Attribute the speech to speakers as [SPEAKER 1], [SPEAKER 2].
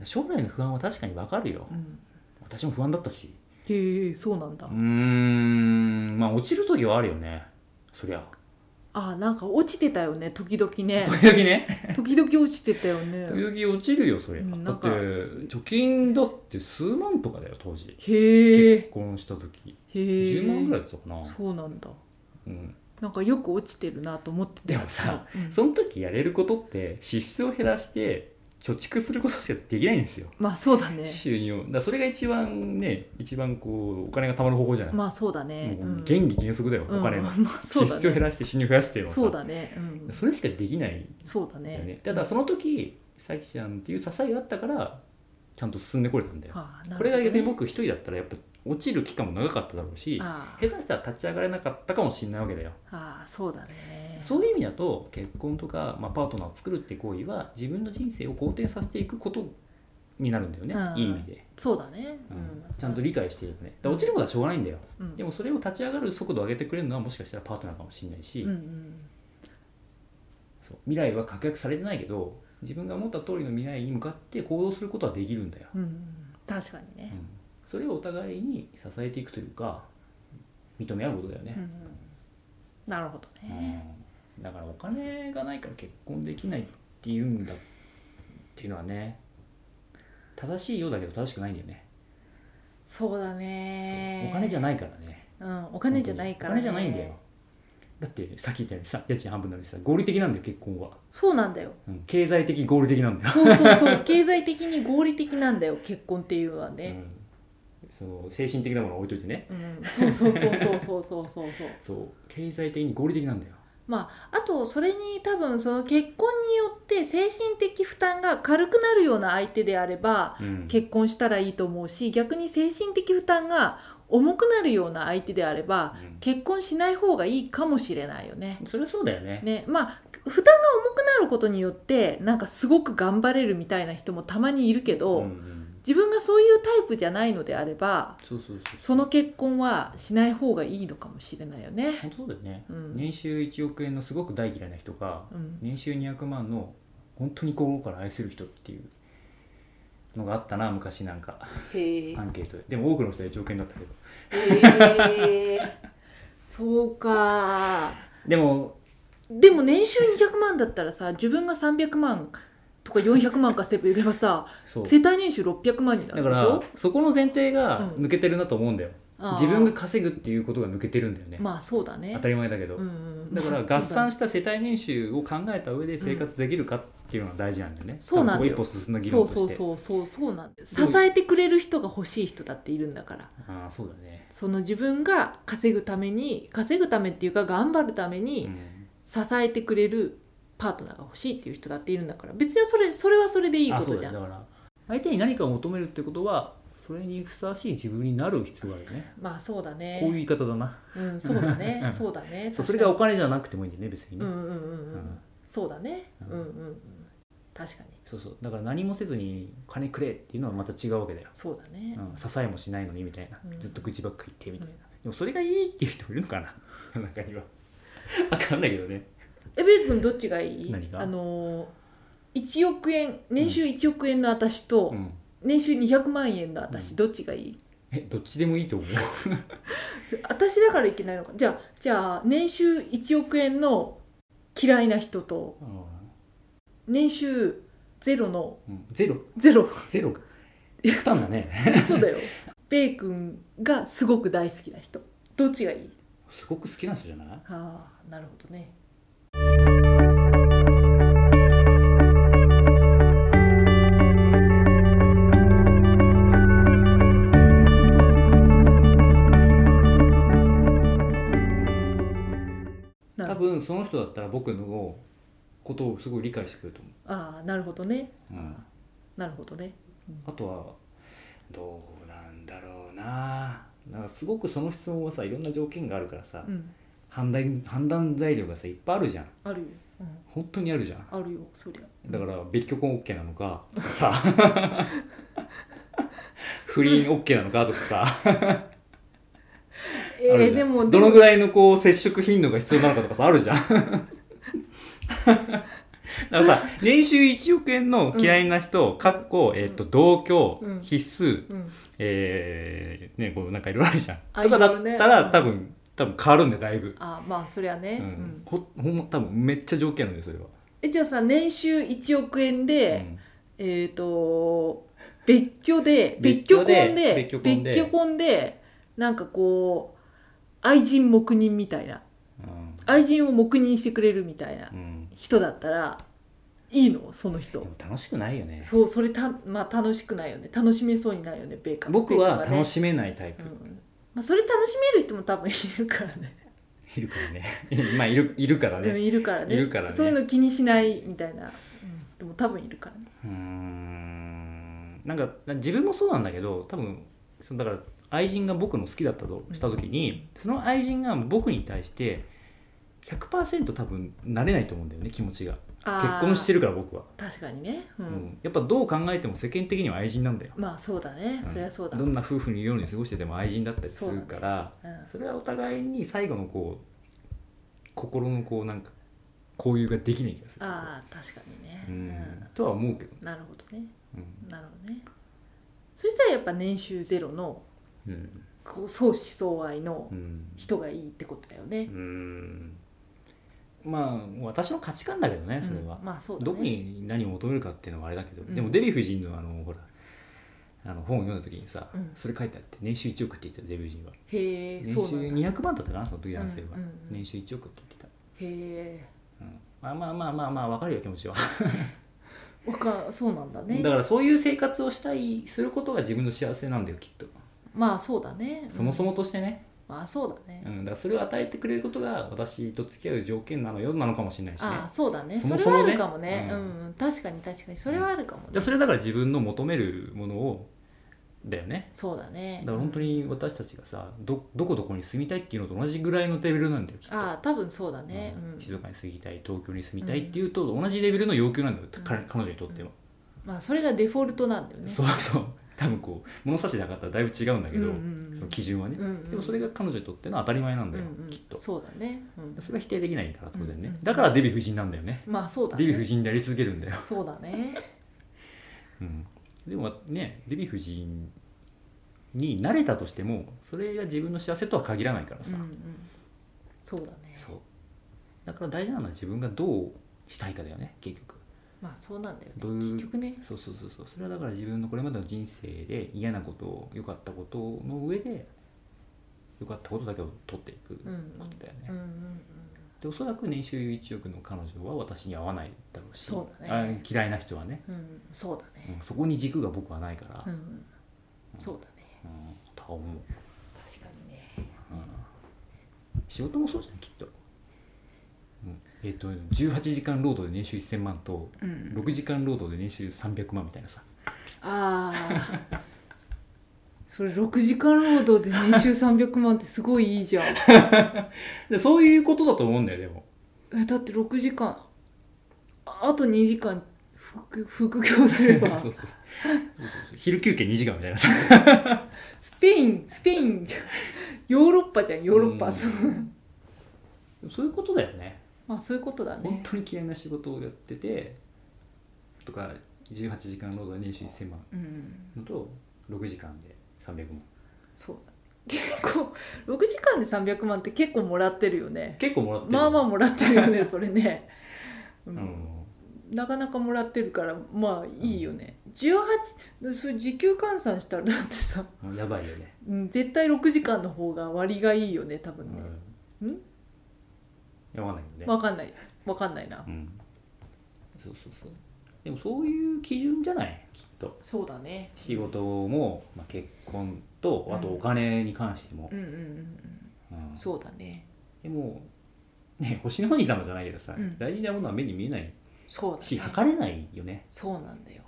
[SPEAKER 1] 不安は確かにわかるよ
[SPEAKER 2] うん、
[SPEAKER 1] 私も不安だったし
[SPEAKER 2] へえそうなんだ、
[SPEAKER 1] うーんまあ落ちる時はあるよねそりゃ
[SPEAKER 2] あなんか落ちてたよね時々ね
[SPEAKER 1] 時々ね
[SPEAKER 2] 時々落ちてたよね
[SPEAKER 1] 時々落ちるよそりゃ、
[SPEAKER 2] うん
[SPEAKER 1] だ
[SPEAKER 2] な
[SPEAKER 1] っ
[SPEAKER 2] ん
[SPEAKER 1] て
[SPEAKER 2] か
[SPEAKER 1] 貯金だって数万とかだよ当時
[SPEAKER 2] へ
[SPEAKER 1] 結
[SPEAKER 2] え
[SPEAKER 1] 婚した時
[SPEAKER 2] へえ
[SPEAKER 1] 10万ぐらいだったかな、
[SPEAKER 2] そうなんだ
[SPEAKER 1] うん、
[SPEAKER 2] なんかよく落ちてるなと思ってた
[SPEAKER 1] でもさ、
[SPEAKER 2] うん
[SPEAKER 1] その時やれることって支出を減らして貯蓄することしかできないんですよ
[SPEAKER 2] まあそうだね
[SPEAKER 1] 収入をだからそれが一番ね一番こうお金が貯まる方法じゃない、
[SPEAKER 2] まあそうだね、
[SPEAKER 1] もう
[SPEAKER 2] うん
[SPEAKER 1] 原理原則だよ、
[SPEAKER 2] うん
[SPEAKER 1] お金の、
[SPEAKER 2] まあそ
[SPEAKER 1] 支
[SPEAKER 2] うだ
[SPEAKER 1] 出を減
[SPEAKER 2] ね
[SPEAKER 1] らして収入を増やすっていうのはさ
[SPEAKER 2] そうだねうん
[SPEAKER 1] それしかできないん
[SPEAKER 2] そうだね
[SPEAKER 1] だよね、ただその時さきちゃんっていう支えがあったからちゃんと進んでこれたんだよ、
[SPEAKER 2] ああな
[SPEAKER 1] こ
[SPEAKER 2] るほどね
[SPEAKER 1] れが逆に僕一人だったらやっぱ落ちる期間も長かっただろうし
[SPEAKER 2] あ
[SPEAKER 1] 下手したら立ち上がれなかったかもしれないわけだよ
[SPEAKER 2] あああそうだね
[SPEAKER 1] そういう意味だと結婚とか、まあ、パートナーを作るって行為は自分の人生を肯定させていくことになるんだよね、
[SPEAKER 2] うん
[SPEAKER 1] いい意味で、
[SPEAKER 2] そうだね、
[SPEAKER 1] う
[SPEAKER 2] うんん、
[SPEAKER 1] ちゃんと理解しているねだから落ちることはしょうがないんだよ、
[SPEAKER 2] うん
[SPEAKER 1] でもそれを立ち上がる速度を上げてくれるのはもしかしたらパートナーかもしれないし、
[SPEAKER 2] うんうん
[SPEAKER 1] そう未来は確約されてないけど自分が思った通りの未来に向かって行動することはできるんだよ、
[SPEAKER 2] うんうん確かに
[SPEAKER 1] う
[SPEAKER 2] ね、
[SPEAKER 1] んそれをお互いに支えていくというか認め合うことだよ
[SPEAKER 2] うんう
[SPEAKER 1] ね、
[SPEAKER 2] ん、なるほど
[SPEAKER 1] う
[SPEAKER 2] ね、
[SPEAKER 1] んだからお金がないから結婚できないっていうんだっていうのはね正しいようだけど正しくないんだよね、
[SPEAKER 2] そうだ
[SPEAKER 1] そう
[SPEAKER 2] ね
[SPEAKER 1] お金じゃ
[SPEAKER 2] ない、
[SPEAKER 1] ないからね
[SPEAKER 2] うん、お金じゃないから、
[SPEAKER 1] お金じゃないんだよだってさっき言ったようにさ家賃半分なのにさ合理的なんだよ結婚は、
[SPEAKER 2] そうなんだよ
[SPEAKER 1] うん、経済的合理的なんだよ、
[SPEAKER 2] そうそうそう 経済的に合理的なんだよ結婚っていうのは
[SPEAKER 1] う
[SPEAKER 2] ね、
[SPEAKER 1] ん、その精神的なものは置いといてね
[SPEAKER 2] うん、そうそうそうそうそうそうそうそう
[SPEAKER 1] そう経済的に合理的なんだよ
[SPEAKER 2] まあ、あとそれに多分その結婚によって精神的負担が軽くなるような相手であれば
[SPEAKER 1] うん
[SPEAKER 2] 結婚したらいいと思うし逆に精神的負担が重くなるような相手であれば
[SPEAKER 1] うん
[SPEAKER 2] 結婚しない方がいいかもしれないよね。
[SPEAKER 1] それはそうだよね
[SPEAKER 2] ねまあ、負担が重くなることによってなんかすごく頑張れるみたいな人もたまにいるけど、
[SPEAKER 1] うんうん
[SPEAKER 2] 自分がそういうタイプじゃないのであれば
[SPEAKER 1] そうそうそう
[SPEAKER 2] その結婚はしない方がいいのかもしれないよね。
[SPEAKER 1] 本当そうだよね
[SPEAKER 2] うん
[SPEAKER 1] 年収1億円のすごく大嫌いな人が
[SPEAKER 2] うん
[SPEAKER 1] 年収200万の本当に心から愛する人っていうのがあったな昔なんか
[SPEAKER 2] へえ
[SPEAKER 1] アンケートででも多くの人は1億円だったけど
[SPEAKER 2] へえそうか
[SPEAKER 1] でも
[SPEAKER 2] でも年収200万だったらさ自分が300万とか400万稼いでばさ
[SPEAKER 1] そう
[SPEAKER 2] 世帯年収600万にな
[SPEAKER 1] だ
[SPEAKER 2] る
[SPEAKER 1] か
[SPEAKER 2] でし
[SPEAKER 1] ら
[SPEAKER 2] ょ
[SPEAKER 1] そこの前提が
[SPEAKER 2] うん
[SPEAKER 1] 抜けてるなと思うんだよ、
[SPEAKER 2] あー
[SPEAKER 1] 自分が稼ぐっていうことが抜けてるんだよね、
[SPEAKER 2] まあそうだね
[SPEAKER 1] 当たり前だけど、
[SPEAKER 2] うんうん、
[SPEAKER 1] だから合算した世帯年収を考えた上で生活できるかっていうのは大事なんだよね、
[SPEAKER 2] そうなんだよ
[SPEAKER 1] 多分そこ一歩進んだ議
[SPEAKER 2] そ
[SPEAKER 1] 論
[SPEAKER 2] う
[SPEAKER 1] と
[SPEAKER 2] そ
[SPEAKER 1] し
[SPEAKER 2] う
[SPEAKER 1] て
[SPEAKER 2] そうそうそうなんだよ
[SPEAKER 1] でも
[SPEAKER 2] 支えてくれる人が欲しい人だっているんだから
[SPEAKER 1] ああそうだね、
[SPEAKER 2] その自分が稼ぐために稼ぐためっていうか頑張るため
[SPEAKER 1] う
[SPEAKER 2] に
[SPEAKER 1] ん
[SPEAKER 2] 支えてくれるパートナーが欲しいっていう人だっているんだから別にそれそれはそれでいい
[SPEAKER 1] あ
[SPEAKER 2] こ
[SPEAKER 1] そ
[SPEAKER 2] と
[SPEAKER 1] う
[SPEAKER 2] じ
[SPEAKER 1] だ
[SPEAKER 2] ゃ
[SPEAKER 1] よ
[SPEAKER 2] ん
[SPEAKER 1] だから相手に何かを求めるってことはそれにふさわしい自分になる必要があるよね、
[SPEAKER 2] まあそうだね
[SPEAKER 1] こういう言い方だな
[SPEAKER 2] うん、そうだ
[SPEAKER 1] う
[SPEAKER 2] ね
[SPEAKER 1] ん、
[SPEAKER 2] そうだね。
[SPEAKER 1] そうそれがお
[SPEAKER 2] 確か
[SPEAKER 1] 金じゃなくてもいいんだよね別に
[SPEAKER 2] に
[SPEAKER 1] ね、
[SPEAKER 2] うんうんうん
[SPEAKER 1] う
[SPEAKER 2] う
[SPEAKER 1] ん
[SPEAKER 2] ん。そうだね。
[SPEAKER 1] う
[SPEAKER 2] うんんうんうん。確かに。
[SPEAKER 1] そうそうだから何もせずに「金くれ」っていうのはまた違うわけだよ
[SPEAKER 2] そうだね。
[SPEAKER 1] うん、支えもしないのにみたいな、
[SPEAKER 2] うん
[SPEAKER 1] ずっと愚痴ばっか言ってみたいな、でもそれがいいっていう人もいるのかな 中には分かんないけどね
[SPEAKER 2] えべい君どっちがいい？
[SPEAKER 1] 何が
[SPEAKER 2] あのー一億円年収一億円の私と、
[SPEAKER 1] うん
[SPEAKER 2] 年収二百万円の
[SPEAKER 1] う
[SPEAKER 2] 私
[SPEAKER 1] ん
[SPEAKER 2] どっちがいい？
[SPEAKER 1] えどっちでもいいと思う
[SPEAKER 2] 私だからいけないのか。じゃあじゃあ年収一億円の嫌いな人と 年収ゼロの
[SPEAKER 1] うん、ゼロ
[SPEAKER 2] ゼロ
[SPEAKER 1] ゼロ負担だね
[SPEAKER 2] そ うだよ。べい君がすごく大好きな人どっちがいい？
[SPEAKER 1] すごく好きな人じゃない
[SPEAKER 2] ああなるほどね。なる
[SPEAKER 1] 多
[SPEAKER 2] ほど
[SPEAKER 1] 分その人だったら僕のことをすごい理解してくれると思
[SPEAKER 2] ああなるほどね
[SPEAKER 1] う、うん、
[SPEAKER 2] なるほどね
[SPEAKER 1] あとはどうなんだろうななんかすごくその質問はさいろんな条件があるからさ、
[SPEAKER 2] うん
[SPEAKER 1] 判断判断材料がさいっぱいあるじゃん
[SPEAKER 2] あるよ、うん、
[SPEAKER 1] 本当にあるじゃん
[SPEAKER 2] あるよそりゃ
[SPEAKER 1] だから別居婚 OK なのかとかさ不倫 OK なのかとかさ、
[SPEAKER 2] え
[SPEAKER 1] あるじゃ
[SPEAKER 2] ー、
[SPEAKER 1] ん
[SPEAKER 2] でも
[SPEAKER 1] どの
[SPEAKER 2] い
[SPEAKER 1] ぐらいのこう接触頻度が必要なのかとかさあるじゃんだからさ年収1億円の嫌いな人、かっこ、えっと同居、
[SPEAKER 2] うん
[SPEAKER 1] 必須、
[SPEAKER 2] うん、
[SPEAKER 1] えー、ねこうなんかいろいろあるじゃん、
[SPEAKER 2] あ
[SPEAKER 1] とかだ
[SPEAKER 2] いろいろね
[SPEAKER 1] ったら、
[SPEAKER 2] うん
[SPEAKER 1] 多分多分変わるんだよだいぶ、
[SPEAKER 2] あまあそりゃね、
[SPEAKER 1] う
[SPEAKER 2] うんん、
[SPEAKER 1] ほほんま多分めっちゃ条件あるんだよ
[SPEAKER 2] えじゃあさ年収1億円
[SPEAKER 1] それは、
[SPEAKER 2] で、
[SPEAKER 1] うん
[SPEAKER 2] えっ、と別居で
[SPEAKER 1] 別
[SPEAKER 2] 別
[SPEAKER 1] 居
[SPEAKER 2] 居婚
[SPEAKER 1] で
[SPEAKER 2] で
[SPEAKER 1] 別居婚で
[SPEAKER 2] 別居婚でなんかこう愛人黙認みたいな
[SPEAKER 1] うん
[SPEAKER 2] 愛人を黙認してくれるみたいな
[SPEAKER 1] うん、
[SPEAKER 2] 人だったらいいのその
[SPEAKER 1] で
[SPEAKER 2] 人
[SPEAKER 1] も楽しくないよね
[SPEAKER 2] そうそれたまあ楽しくないよね楽しめそうにないよねベーカー
[SPEAKER 1] 僕は
[SPEAKER 2] ベーカー
[SPEAKER 1] 楽
[SPEAKER 2] ね
[SPEAKER 1] しめないタイプ、
[SPEAKER 2] うんまあ、それ楽しめる人も多分いるからね
[SPEAKER 1] いるからね まあいるいるから
[SPEAKER 2] うん
[SPEAKER 1] ね
[SPEAKER 2] いるからね
[SPEAKER 1] いるからね
[SPEAKER 2] そういうの気にしないみたいな、うん、でも多分いるからね
[SPEAKER 1] うーんなんか自分もそうなんだけど多分そのだから愛人が僕の好きだったとした時に、その愛人が僕に対して100%多分慣れないと思うんだよね気持ちが結婚して
[SPEAKER 2] る
[SPEAKER 1] るから僕は、
[SPEAKER 2] 確かにね、うん
[SPEAKER 1] うんやっぱどう考えても世間的には愛人なんだよ、
[SPEAKER 2] まあそうだね、そりゃそうだ、
[SPEAKER 1] ど
[SPEAKER 2] うん
[SPEAKER 1] んな夫婦のように過ごしてても愛人だったりするからそ,、れはお互いに最後のこう心のこうなんか交流ができない気がする
[SPEAKER 2] ああ確かにね、
[SPEAKER 1] う
[SPEAKER 2] うんん
[SPEAKER 1] とは思うけど、
[SPEAKER 2] なるほどね
[SPEAKER 1] うん
[SPEAKER 2] なるほどねそしたらやっぱ年収ゼロの
[SPEAKER 1] うん
[SPEAKER 2] こう相思相愛の
[SPEAKER 1] うん、
[SPEAKER 2] 人がいいってことだよね
[SPEAKER 1] う、ーんまあ私の価値観だけどねそれは
[SPEAKER 2] うん、まあそうだね
[SPEAKER 1] どこに何を求めるかっていうのはあれだけど、
[SPEAKER 2] うん
[SPEAKER 1] でもデヴィ夫人のあのほらあの本を読んだ時にさ、
[SPEAKER 2] うん
[SPEAKER 1] それ書いてあって年収1億って言ってたデヴィ夫人は
[SPEAKER 2] へえ
[SPEAKER 1] 年収
[SPEAKER 2] そうなんだ
[SPEAKER 1] 200万だったかなその時男性は、
[SPEAKER 2] うんうんうん
[SPEAKER 1] 年収1億って言って
[SPEAKER 2] へ
[SPEAKER 1] た、うんまあまあまあまあまあわかるよ気持ちは、
[SPEAKER 2] えわかそうなんだね
[SPEAKER 1] だからそういう生活をしたいすることが自分の幸せなんだよきっと
[SPEAKER 2] まあそうだね
[SPEAKER 1] そもそ
[SPEAKER 2] も、
[SPEAKER 1] もとしてね、
[SPEAKER 2] うんまあそうだね、
[SPEAKER 1] うん、だからそれを与えてくれることが私と付き合う条件なのよなのかもしれないしね
[SPEAKER 2] ああそうだね
[SPEAKER 1] そ
[SPEAKER 2] そ
[SPEAKER 1] もそもね
[SPEAKER 2] れはあるかもね
[SPEAKER 1] う
[SPEAKER 2] うんん、うん確かに確かにそれはあるかもね、
[SPEAKER 1] でそれだから自分の求めるものをだよね
[SPEAKER 2] そうだね
[SPEAKER 1] だから本当に私たちがさどどこどこに住みたいっていうのと同じぐらいのレベルなんだよきっと、
[SPEAKER 2] ああ多分そうだね、
[SPEAKER 1] うん
[SPEAKER 2] うん
[SPEAKER 1] 静岡に住みたい東京に住みたいっていうと同じレベルの要求なんだよ、
[SPEAKER 2] うん
[SPEAKER 1] 彼彼女にとっては、
[SPEAKER 2] まあそれがデフォルトなんだよね
[SPEAKER 1] そうそう多分こう物差しなかったらだいぶ違うんだけど、
[SPEAKER 2] うんうんうん
[SPEAKER 1] その基準はね、
[SPEAKER 2] うんうん
[SPEAKER 1] でもそれが彼女にとっての当たり前なんだよ、
[SPEAKER 2] うんうん
[SPEAKER 1] きっと
[SPEAKER 2] そうだね、うん、
[SPEAKER 1] それは否定できないから当然ね、
[SPEAKER 2] うんうん
[SPEAKER 1] だからデヴィ夫人なんだよね
[SPEAKER 2] まあそうだ
[SPEAKER 1] デ
[SPEAKER 2] ね
[SPEAKER 1] ヴィ夫人になり続けるんだよ、
[SPEAKER 2] そうだね
[SPEAKER 1] うん、でもねデヴィ夫人に慣れたとしてもそれが自分の幸せとは限らないから
[SPEAKER 2] う
[SPEAKER 1] さ、
[SPEAKER 2] んうんそうだね
[SPEAKER 1] そうだから大事なのは自分がどうしたいかだよね結局
[SPEAKER 2] まあそうなんだよ
[SPEAKER 1] どうい
[SPEAKER 2] ね
[SPEAKER 1] う
[SPEAKER 2] 結局ね
[SPEAKER 1] そうそうそうそうそれはだから自分のこれまでの人生で嫌なことを良かったことの上で良かったことだけを取っていく
[SPEAKER 2] うん
[SPEAKER 1] ことだよね、
[SPEAKER 2] うんうんうん
[SPEAKER 1] でおそらく年収1億の彼女は私に合わないだろうし
[SPEAKER 2] そうだ
[SPEAKER 1] あ
[SPEAKER 2] ね
[SPEAKER 1] 嫌いな人はね、
[SPEAKER 2] うんそうだね
[SPEAKER 1] うんそこに軸が僕はないから、
[SPEAKER 2] う
[SPEAKER 1] うん
[SPEAKER 2] んうんそうだね
[SPEAKER 1] とは思う、
[SPEAKER 2] 確かにね
[SPEAKER 1] うん仕事もそうじゃんきっと、うんえっ、と18時間労働で年収1000万と
[SPEAKER 2] うん
[SPEAKER 1] 6時間労働で年収300万みたいなさ
[SPEAKER 2] ああ それ6時間労働で年収300万ってすごいいいじゃん
[SPEAKER 1] でそういうことだと思うんだよでも
[SPEAKER 2] えだって6時間あと2時間副副業すれば
[SPEAKER 1] そうそう
[SPEAKER 2] ス
[SPEAKER 1] そう昼休憩2時間みたいなさ
[SPEAKER 2] ペインスペインじゃんヨーロッパじゃんヨーロッ
[SPEAKER 1] う
[SPEAKER 2] パ
[SPEAKER 1] ん
[SPEAKER 2] そう
[SPEAKER 1] そういうことだよね
[SPEAKER 2] まあそういうことだ
[SPEAKER 1] 本
[SPEAKER 2] ね
[SPEAKER 1] 当に嫌いな仕事をやっててとか18時間労働で年収1000万
[SPEAKER 2] うん
[SPEAKER 1] のと6時間で300万
[SPEAKER 2] そうだ結構6時間で300万って結構もらってるよね
[SPEAKER 1] 結構もらってる
[SPEAKER 2] まあまあ
[SPEAKER 1] あ
[SPEAKER 2] もらってる よねそれね、う
[SPEAKER 1] うんん
[SPEAKER 2] なかなかもらってるからまあいいよね18それ時給換算したらだってさ、
[SPEAKER 1] もうやばいよね、
[SPEAKER 2] うん、絶対6時間の方が割がいいよね多
[SPEAKER 1] う
[SPEAKER 2] 分ね、
[SPEAKER 1] ん、
[SPEAKER 2] ん
[SPEAKER 1] やばないよね
[SPEAKER 2] わかんないわかんないな
[SPEAKER 1] うん、そうそうそうでもそういう基準じゃないきっと
[SPEAKER 2] そうだね
[SPEAKER 1] 仕事も、まあ、結婚と
[SPEAKER 2] うん
[SPEAKER 1] あとお金に関しても
[SPEAKER 2] う、んうんうんうん
[SPEAKER 1] うん
[SPEAKER 2] そうだね
[SPEAKER 1] でもね星の王子様じゃないけどさ、
[SPEAKER 2] うん
[SPEAKER 1] 大事なものは目に見えない
[SPEAKER 2] そうだ
[SPEAKER 1] し
[SPEAKER 2] ね
[SPEAKER 1] 測れないよね
[SPEAKER 2] そうなんだよ